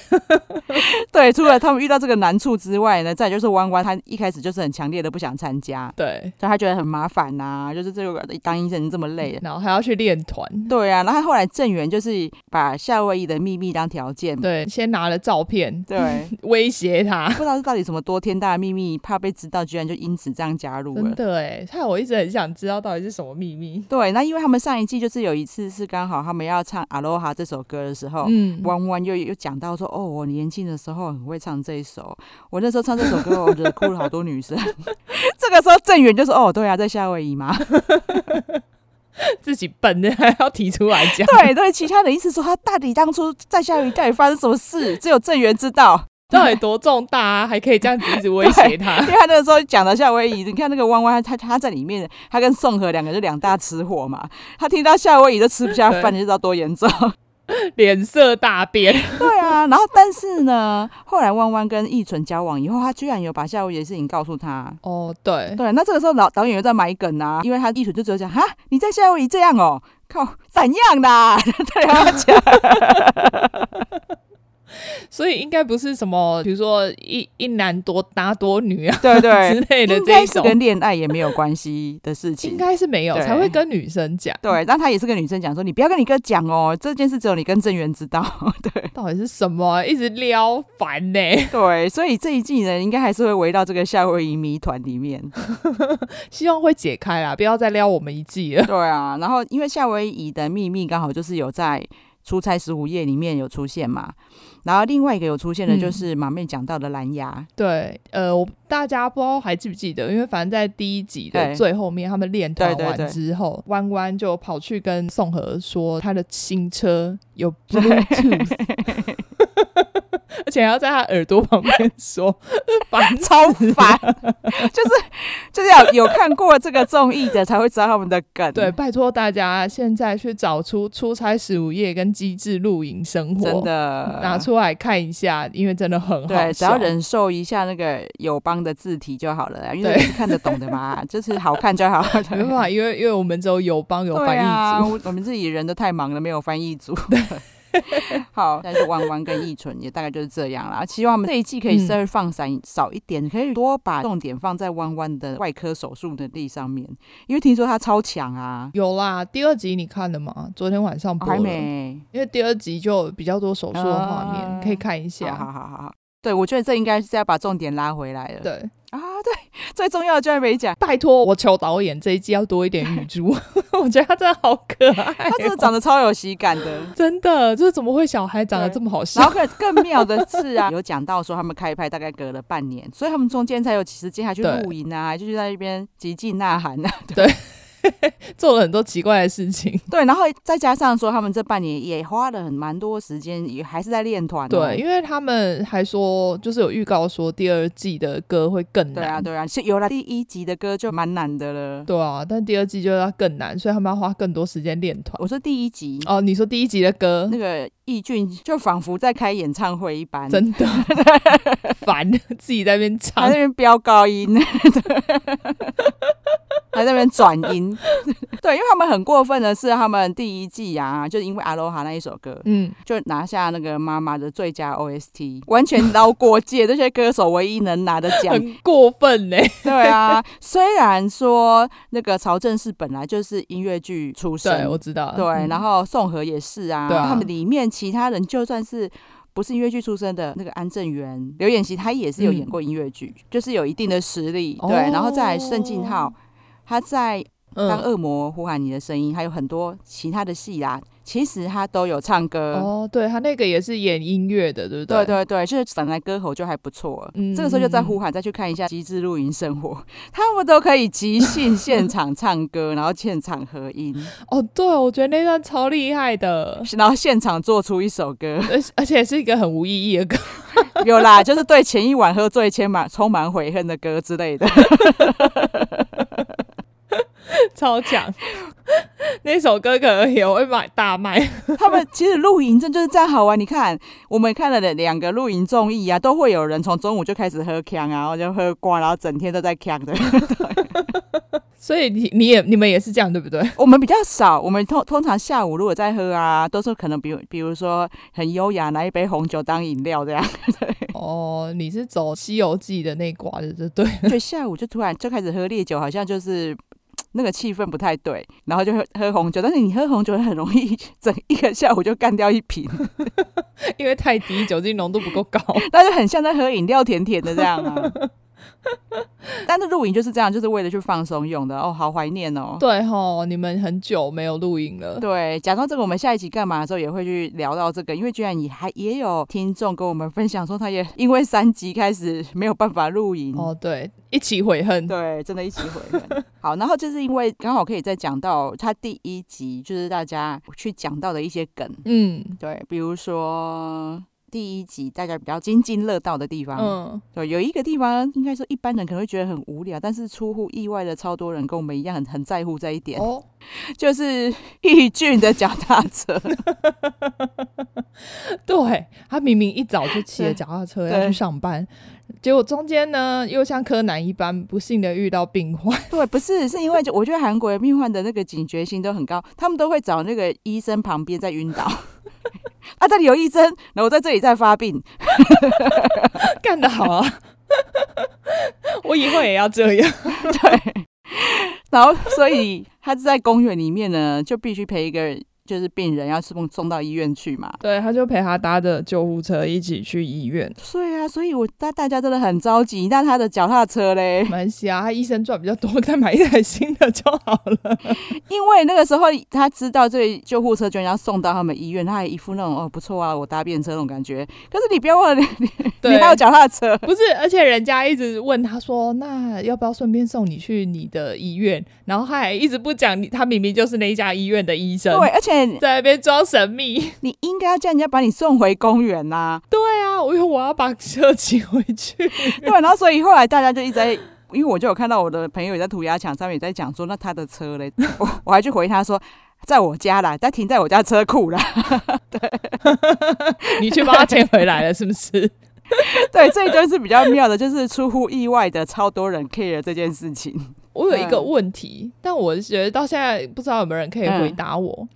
对，除了他们遇到这个难处之外呢，再来就是弯弯，他一开始就是很强烈的不想参加，对，所以他觉得很麻烦呐、就是这个当医生这么累。 <laughs> 然后还要去练团。对啊，然后后来郑源就是把夏威夷的秘密当条件，对，先拿了照片对，威胁他， <laughs> 不知道是到底什么多天大的秘密，怕被知道，居然就因此这样加入真了。的哎，害我一直很想知道到底是什么秘密。对，那因为他们上一季就是有一次是刚好他们要唱《Aloha》这首歌的时候，嗯，弯弯又又讲到说，哦，我年轻的时候很会唱这一首，我那时候唱这首歌，我惹哭了好多女生。 <laughs> 这个时候郑源就说，哦，对啊，在夏威夷嘛，。自己笨的 <laughs> 还要提出来讲对对，其他人一直说他到底当初在夏威夷到底发生什么事，只有郑源知道，到底多重大啊？还可以这样子一直威胁他因？为他那个时候讲的夏威夷，你看那个弯弯，他他在里面，他跟宋和两个就两大吃货嘛，他听到夏威夷都吃不下饭，对就知道多严重。 <laughs> 脸色大变，对啊，然后但是呢，后来弯弯跟易纯交往以后，他居然有把夏威夷的事情告诉他。哦，对，对，那这个时候老导演又在埋梗啊，因为他易纯就只有讲哈，你在夏威夷这样哦，靠，怎样啦？ <laughs> 对啊， <laughs> 讲所以应该不是什么，比如说一一男多搭多女啊对对 <laughs> 之，类的应这该一是种，跟恋爱也没有关系的事情 <laughs> 应。该是没有对才会跟女生讲。，对，但他也是跟女生讲说，你不要跟你哥讲哦，这件事只有你跟郑源知道。 <laughs> 对到底是什么啊？一直撩烦呢、 <laughs> 对，所以这一季呢，应该还是会围绕这个夏威夷谜团里面。 <laughs> 希望会解开啦，不要再撩我们一季了。 <laughs> 对啊，然后因为夏威夷的秘密刚好就是有在出差十五夜》里面有出现嘛。然后另外一个有出现的嗯就是马妹讲到的蓝 <laughs> 牙，对，呃，我大家不知道还记不记得，因为反正在第一集的对最后面，他们练团对对完对之后，弯弯就跑去跟宋和说，他的新车 <laughs> 有 Bluetooth，而且还要在他耳朵旁边说， <laughs> 烦死超烦，就是就是要有看过这个综艺的才会知道他们的梗。对，拜托大家现在去找出《出差十五夜》跟《机智露营生活》真的拿出来看一下，因为真的很好笑。嗯对，只要忍受一下那个友邦的字体就好了啊啦，因为对是看得懂的 <laughs> 嘛，就是好看就好。 <laughs> 没办法，因为因为我们只有友邦有翻对啊译组，我我们自己人都太忙了，没有翻译组。 <laughs> 好，但是弯弯跟易纯也大概就是这样啦。希望我们这一季可嗯以稍微放散少一点，可以多把重点放在弯弯的外科手术能力上面，因为听说他超强啊。有啦。第二集你看了吗？昨天晚上哦播了，还没，因为第二集就比较多手术的画面，啊可以看一下。好好好好好，对我觉得这应该是要把重点拉回来了。对，啊，对，最重要的居然没讲，拜托我求导演这一季要多一点雨 <laughs> 珠，我觉得他真的好可爱哦、哎他真的长得超有喜感的。真的就是怎么会小孩长得对这么好然笑？后更更妙的是啊，有讲到说他们开拍大概隔了半年，所以他们中间才有时间还去对露营啊，还去在那边极尽呐喊啊， <laughs> 做了很多奇怪的事情。对，然后再加上说他们这半年也花了很蛮多时间，也还是在练团、哦，对，，因为他们还说，就是有预告说第二季的歌会更对啊，难，对啊，是有了第一集的歌就蛮难的了。对啊，但第二季就要更难，所以他们要花更多时间练团。我说第一集。哦，你说第一集的歌那，个易俊就仿佛在开演唱会一般，真 <laughs> 的烦， <laughs> 自己在那边还唱啊在那。边飙高音， <laughs> 还在那边转 <laughs> 音。对，因为他们很过分的是，他们第一季啊，就是因为《阿罗哈》那一首歌，嗯，就拿下那个妈妈的最佳 OST，完全捞过界，这些歌手唯一能拿的奖。很过分呢、对啊，虽然说那个曹正是本来就是音乐剧出对，身，我知道。对嗯然后宋和也是啊，对啊他们里面其他人就算是。不是音乐剧出身的那个安正元、刘演熙，他也是有演过音乐剧，就是有一定的实力。对，嗯哦然后再来盛敬浩，他在当嗯，恶魔呼喊你的声音，还有很多其他的戏啊，其实他都有唱歌。哦，对他那个也是演音乐的，对不对对对对，就是本来歌喉就还不错，嗯这个时候就在嗯呼喊，再去看一下《极致露营生活》，他们都可以即兴现场唱歌，然后现场合 <laughs> 音，哦，对，我觉得那段超厉 <laughs> 害的，然后现场做出一首歌。而而且是一个很无意义的歌，有啦，就是对前一晚喝醉、千满充满悔恨的歌之类的。超强。 <laughs> 那首歌可能也会买大卖。他们其实露营这就是这样好玩。你看，我们看了两个露营综艺啊，都会有人从中午就开始喝呛啊，然后就喝瓜，然后整天都在呛的。所以你你也你们也是这样对不对？ <laughs> <laughs> 我们比较少，我们通通常下午如果在喝啊，都是可能比如比如说很优雅拿一杯红酒当饮料这样， <laughs> 哦，你是走《西游记》的那一挂的，就对。就下午就突然就开始喝烈酒，好像就是。那个气氛不太对，然后就喝喝红酒，但是你喝红酒很容易 <laughs> 整一个下午就干掉一瓶，因为太低，酒精浓度不够高。但是很像在喝饮料，甜甜的这样啊。但是露营就是这样，就是为了去放松用的哦，好怀念哦。 <laughs> 对吼，你们很久没有录影了。对，讲到这个，我们下一集干嘛的时候也会去聊到这个，因为居然也还也有听众跟我们分享说，他也因为三级开始没有办法露营。哦，对，一起悔恨。对，真的一起回来。好，然后就是因为刚好可以再讲到他第一集，就是大家去讲到的一些梗，嗯对，比如说第一集大家比较津津乐道的地方，嗯，对，有一个地方应该说一般人可能会觉得很无聊，但是出乎意外的超多人跟我们一样很很在乎这一点，哦， <laughs> 就是易俊的脚踏车。 <laughs> 对，他明明一早就骑着脚踏车要对去上班，结果中间呢又像柯南一般不幸的遇到病患。 <laughs> 对，不是，是因为就我觉得韩国的病患的那个警觉性都很高，他们都会找那个医生旁边在晕倒。 <laughs> 啊，这里有医生，然后我在这里在发病， <laughs> 干得好啊！ <laughs> 我以后也要这样。然后所以他是在公园里面呢，就必须陪一个就是病人要送送到医院去嘛。 <laughs> 对，他就陪他搭着救护车一起去医院。对啊，所以我大大家真的很着急。那他的脚踏车嘞没？关系啊，他医生赚比较多，再买一台新的就好了。因为那个时候他知道这救护车居然要送到他们医院，他还一副那种哦不错啊，我搭便车那种感觉。可是你不要忘了，你对你还有脚踏 <laughs> 车。不是，而且人家一直问他说：“那要不要顺便送你去你的医院？”然后他还一直不讲你，他明明就是那一家医院的医生，对，而且在那边装神秘。你应该要叫人家把你送回公园呐、对啊，我以为我要把车骑回去。对，然后所以后来大家就一直在，因为我就有看到我的朋友也在涂鸦墙上面也在讲说，那他的车嘞， <laughs> 我我还去回他说。在我家啦，在停在我家车库啦。你去帮他牵回来了，是不是？对，这一段是比较妙的，就是出乎意外的，超多人 care 这件事情。我有一嗯个问题，但我觉得到现在不知道有没有人可以回答我，嗯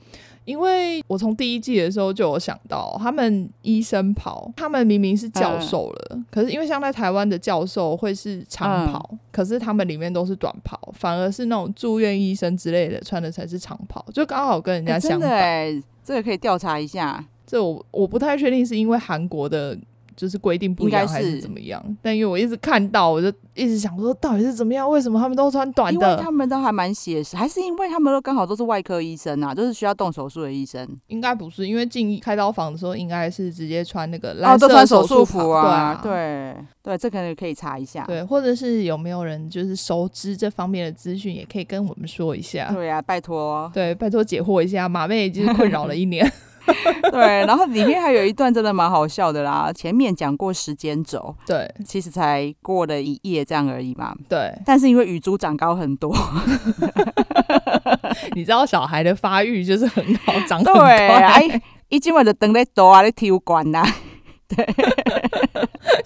因为我从第一季的时候就有想到，他们医生袍，他们明明是教授了，嗯可是因为像在台湾的教授会是长袍，可是他们里面都是短袍，反而是那种住院医生之类的穿的才是长袍，就刚好跟人家哎相真的反。哎、这个可以调查一下。这我我不太确定是因为韩国的。就是规定不一样应该还是是怎么样？但因为我一直看到，我就一直想说到底是怎么样？为什么他们都穿短因为的他？们都还蛮写实，还是因为他们都刚好都是外科医生啊，就是需要动手术的医生。应该不是，因为进开刀房的时候应该是直接穿那个然后蓝哦都色穿手术袍服啊，对啊对对，这可能可以查一下。对，或者是有没有人就是熟知这方面的资讯，也可以跟我们说一下。对啊，拜托。 <laughs> 对，拜托解惑一下，马妹已经困扰了一年。对，然后里面还有一段真的蛮好笑的啦。前面讲过时间轴，对其实才过了一页这样而已嘛。对，但是因为雨珠长高很多，哦你知道小孩的发育就是很好，长得很快，对，哎，一今晚就等在多啊，在体育馆呐，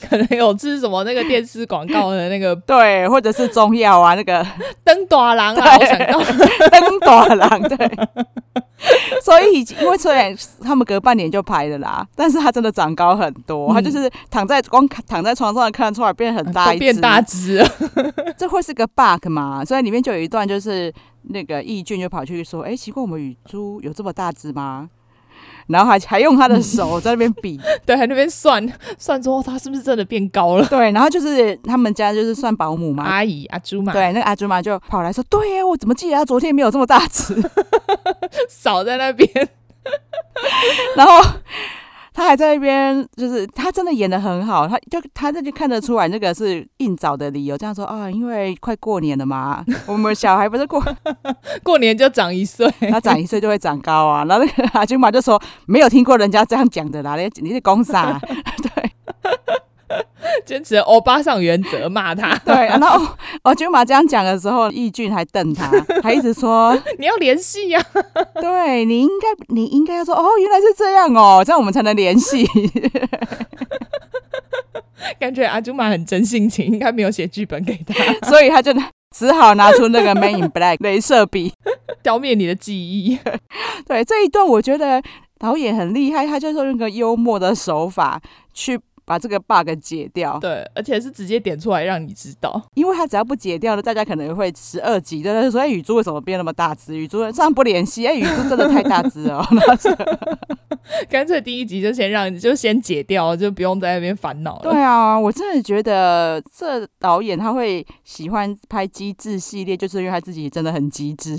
可能有吃什么那个电视广告的那个对，或者是中药啊，那个灯短郎啊，我想到 <laughs> 灯大郎，对。所以已经，因为虽然他们隔半年就拍了啦，但是他真的长高很多，嗯他就是躺在光躺在床上看得出来变很大一只，都变大只了。这会是个 bug 嘛？所以里面就有一段就是那个易俊就跑去说：“哎，奇怪，我们雨珠有这么大只吗？”然后还还用他的手在那边 <laughs> 比，对，还那边算算说他是不是真的变高了？对，然后就是他们家就是算保姆嘛，阿姨阿朱啊嘛，对，那个阿朱妈就跑来说：“对呀，我怎么记得他昨天没有这么大只少在那边。？” <laughs> <laughs> 然后他还在那边，就是他真的演的很好，他就他这就看得出来那个是硬找的理由，这样说啊，因为快过年了嘛，我们小孩不是过过年就长一岁，他长一岁就会长高啊。然后那个阿君妈就说没有听过人家这样讲的啦，你你是公傻、坚持欧巴上原则骂他， <laughs> 对。然后阿君妈这样讲的时候，易俊还瞪他，还一直说，你要联系呀、对你应该你应该要说哦，原来是这样哦，这样我们才能联系。 <laughs> 感觉阿朱玛很真性情，应该没有写剧本给他，所以他就只好拿出那个 Man in Black 镭射笔。消灭你的记忆。 <laughs> 对这一段，我觉得导演很厉害，他就是用一个幽默的手法去。把这个 bug 解掉，对，而且是直接点出来让你知道。因为他只要不解掉了，大家可能会十二级的，就说：“哎、雨珠为什么变那么大只？雨珠这样不联系，哎、雨珠真的太大只了。 <laughs> 干脆第一集就先让你就先解掉，就不用在那边烦恼”了。对啊，我真的觉得这导演他会喜欢拍机智系列，就是因为他自己真的很机智。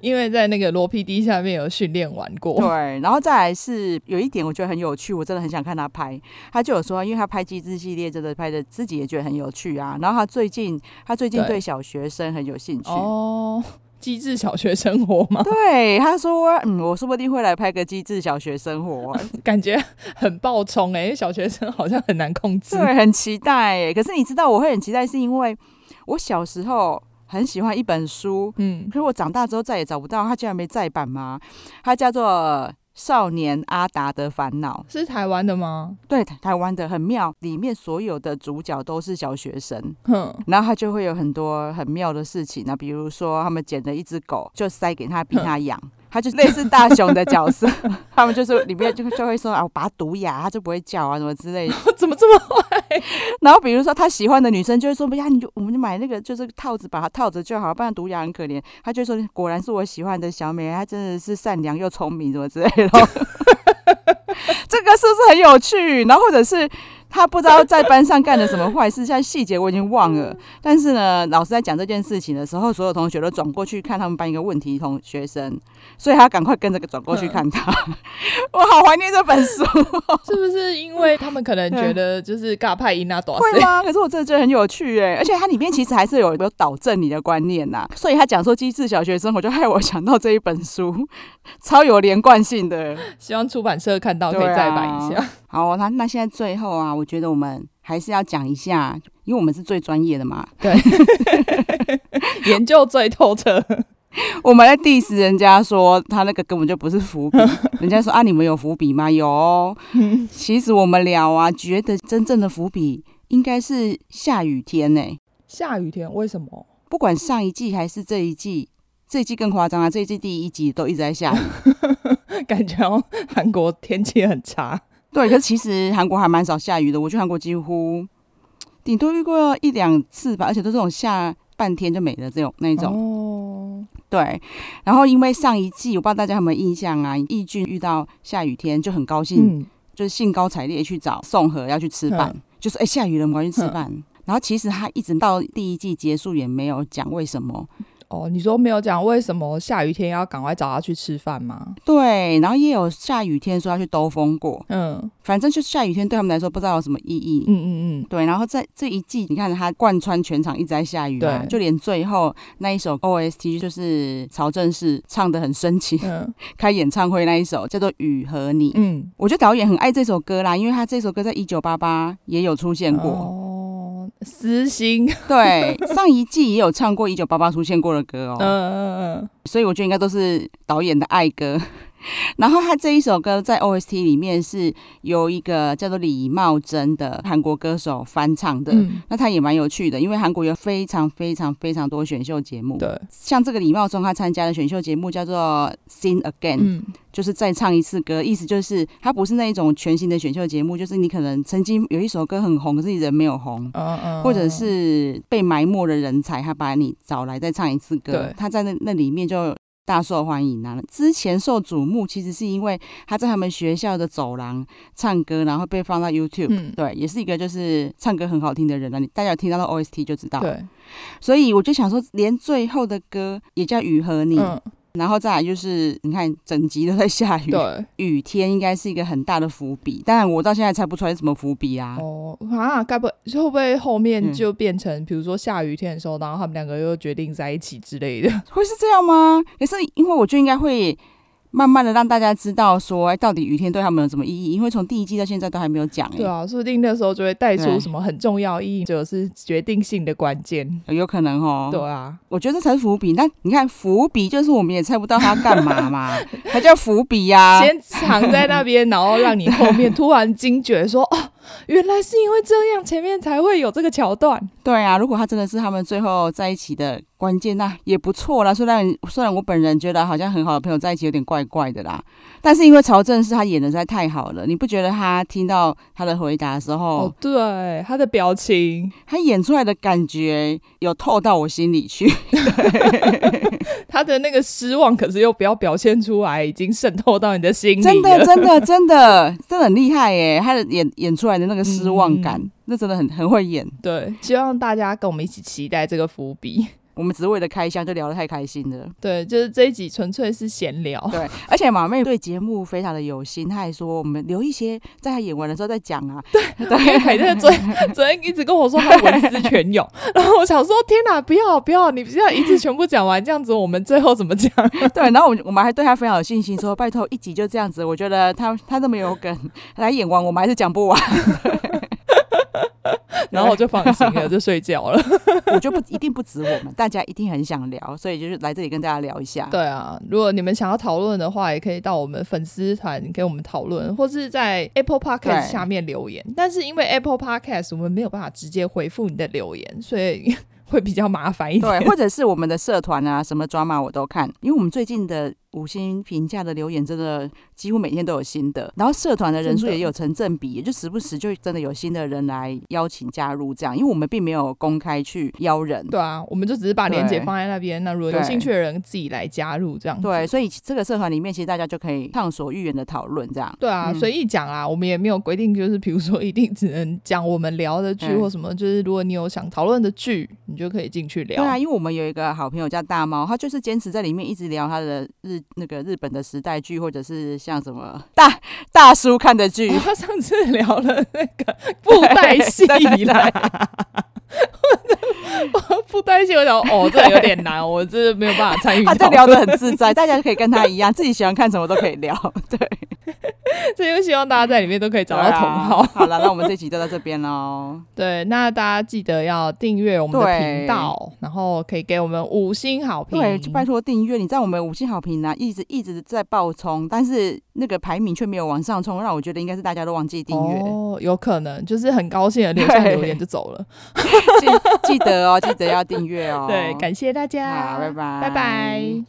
因为在那个罗 PD 下面有训练完过，对，然后再来是有一点我觉得很有趣，我真的很想看他拍。他就有说，因为他拍机智系列真的拍的自己也觉得很有趣啊。然后他最近他最近对对小学生很有兴趣。哦，机智小学生活嘛，对，他说，嗯，我说不定会来拍个机智小学生活， <laughs> 感觉很爆冲哎、因为小学生好像很难控制。对，很期待耶。可是你知道我会很期待，是因为我小时候很喜欢一本书，嗯可，是我长大之后再也找不到，它竟然没再版吗？它叫做呃《少年阿达的烦恼是台湾的吗》，？对，台台湾的很妙，里面所有的主角都是小学生。 <laughs> 哼，然后他啊就会有很多很妙的事情那比如说他们捡了一只狗，就塞给他，逼他养。他就类似大雄的角色， <laughs> 他们就是里面就就会说啊，我拔毒牙，他就不会叫啊，什么之类的。怎么这么 <laughs> 然后比如说他喜欢的女生就会说，哎呀，你就我们就买那个就是套子，把它套着就好，不然毒牙很可怜。他就会说，果然是我喜欢的小美，她真的是善良又聪明，什么之类的。 <laughs> 这个是不是很有趣？然后或者是他不知道在班上干了什么坏事，现在细节我已经忘了。但是呢，老师在讲这件事情的时候，所有同学都转过去看他们班一个问题同学生，所以他赶快跟着转过去看他。 <laughs> 我好怀念这本书，是不是因为他们可能觉得就是尬派伊娜多 <laughs> 啊会啊吗？可是我真的觉得很有趣哎，而且它里面其实还是有有导正你的观念呐、所以他讲说机智小学生活，就害我想到这一本书，超有连贯性的。希望出版社看到可以再版一对啊下。好，哦那那现在最后啊，我觉得我们还是要讲一下，因为我们是最专业的嘛， <laughs> 研究最透彻，我们在 diss 人家说他那个根本就不是伏笔， <laughs> 人家说啊，你们有伏笔吗？有哦，其实我们聊啊，觉得真正的伏笔应该是下雨天呢、下雨天为什么？不管上一季还是这一季。这一季更夸张啊！这一季第一集都一直在下雨， <laughs> 感觉好像韩国天气很差。对。可是其实韩国还蛮少下雨的，我去韩国几乎顶多遇过一两次吧，而且都是这种下半天就没了这种那一种。哦，对，然后因为上一季我不知道大家有没有印象啊，易俊遇到下雨天就很高兴，嗯，就是兴高采烈去找宋和要去吃饭，嗯就说哎、下雨了，我们要去吃嗯饭。然后其实他一直到第一季结束也没有讲为什么，哦，你说没有讲为什么下雨天要赶快找他去吃饭吗？对，然后也有下雨天说要去兜风过，嗯反正就下雨天对他们来说不知道有什么意义。嗯嗯对，然后在这一季，你看他贯穿全场一直在下雨啊，对就连最后那一首 OST 就是曹正奭唱的很深情， <laughs> 嗯开演唱会那一首叫做《雨和你》嗯，嗯，我觉得导演很爱这首歌啦，因为他这首歌在一九八八也有出现过，哦，私心，对，上一季也有唱过一九八八出现过的歌哦，嗯嗯嗯所以我觉得应该都是导演的爱歌。 <laughs> 然后他这一首歌在 OST 里面是由一个叫做李茂贞的韩国歌手翻唱的。嗯，那他也蛮有趣的，因为韩国有非常非常非常多选秀节目嗯，对，像这个李茂忠他参加的选秀节目叫做《Sing Again》，嗯就是再唱一次歌，意思就是它不是那一种全新的选秀节目，就是你可能曾经有一首歌很红，可是你人没有红嗯，嗯，或者是被埋没的人才，他把你找来再唱一次歌对，他在那那里面就。大受欢迎啊！之前受瞩目，其实是因为他在他们学校的走廊唱歌，然后被放到 YouTube，、嗯对，也是一个就是唱歌很好听的人啊了。你大家有听到那 OST 就知道。对，所以我就想说，连最后的歌也叫《雨和你》嗯然后再来就是你看整集都在下雨，对，雨天应该是一个很大的伏笔，当然我到现在猜不出来是什么伏笔啊。哦啊，该不会会不会后面嗯就变成，比如说下雨天的时候，然后他们两个又决定在一起之类的？会是这样吗？可是因为我就应该会慢慢的让大家知道说，哎，到底雨天对他们有什么意义？因为从第一季到现在都还没有讲、 <laughs> 对哎、啊，说不定那时候就会带出对什么很重要意义，就是决定性的关键。有可能哦。对，啊，我觉得这才是伏笔。那你看伏笔就是我们也猜不到他干嘛 <laughs> 嘛，它叫伏笔呀、先藏在那边，然后让你后面突然惊觉说，哦，原来是因为这样，前面才会有这个桥段。对啊，如果他真的是他们最后在一起的关键，那也不错啦。虽然虽然我本人觉得好像很好的朋友在一起有点怪怪的啦，但是因为曹正是他演的实在太好了，你不觉得他听到他的回答的时候，哦，对，他的表情，他演出来的感觉有透到我心里去？他的那个失望，可是又不要表现出来，已经渗透到你的心里啊真的，了真的，真的，真的很厉害耶！他的演演出来的那个失望感，嗯那真的很很会演。对，希望大家跟我们一起期待这个伏笔。我们只是为了开箱就聊得太开心了。对，就是这一集纯粹是闲聊。对，而且马妹对节目非常的有心，她还说我们留一些在她演完的时候再讲 <laughs> 啊。对，凯特 <laughs> 昨天昨天一直跟我说他文思泉涌，然后我想说天哪，不要不要，你不要一次全部讲完，这样子我们最后怎么讲？对，然后我们我们还对她非常有信心说拜托一集就这样子，我觉得她她都没有梗，来演完我们还是讲不 <laughs> 完，然后我就放心了，就睡 <laughs> 觉了。我就不一定不止我们，大家一定很想聊，所以就是来这里跟大家聊一下。对啊，如果你们想要讨论的话，也可以到我们粉丝团给我们讨论，或是在 Apple Podcast 对下面留言。但是因为 Apple Podcast 我们没有办法直接回复你的留言，所以 <laughs> 会比较麻烦一对，点。或者是我们的社团啊，什么抓马我都看，因为我们最近的五星评价的留言真的几乎每天都有新的，然后社团的人数真的也有成正比，就时不时就真的有新的人来邀请加入这样，因为我们并没有公开去邀人。对啊，我们就只是把链接对放在那边，那如果有对兴趣的人自己来加入这样子。对，所以这个社团里面，其实大家就可以畅所欲言的讨论这样。对啊，嗯随意讲啊，我们也没有规定，就是比如说一定只能讲我们聊的剧嗯或什么，就是如果你有想讨论的剧，你就可以进去聊。对啊，因为我们有一个好朋友叫大猫，他就是坚持在里面一直聊他的日那个日本的时代剧，或者是像什么大大叔看的剧哦，他上次聊了那个布袋戏 <laughs> 啦，布袋戏，我想哦，这有点难，我这没有办法参与。他就聊得很自在，大家可以跟他一样，自己喜欢看什么都可以聊。 <laughs> 对， <laughs> 这就希望大家在里面都可以找到对同啊好。 <laughs> 好了，那我们这集就到这边 <laughs> 喽。对，那大家记得要订阅我们的对频道，然后可以给我们五星好评。对，拜托订阅，你知道我们五星好评呢、一直一直在爆冲，但是那个排名却没有往上冲，让我觉得应该是大家都忘记订阅。哦，有可能就是很高兴的留下对留言就走了。记记得哦，记得要订阅哦。 <laughs> 对，感谢大家，好，拜拜，拜拜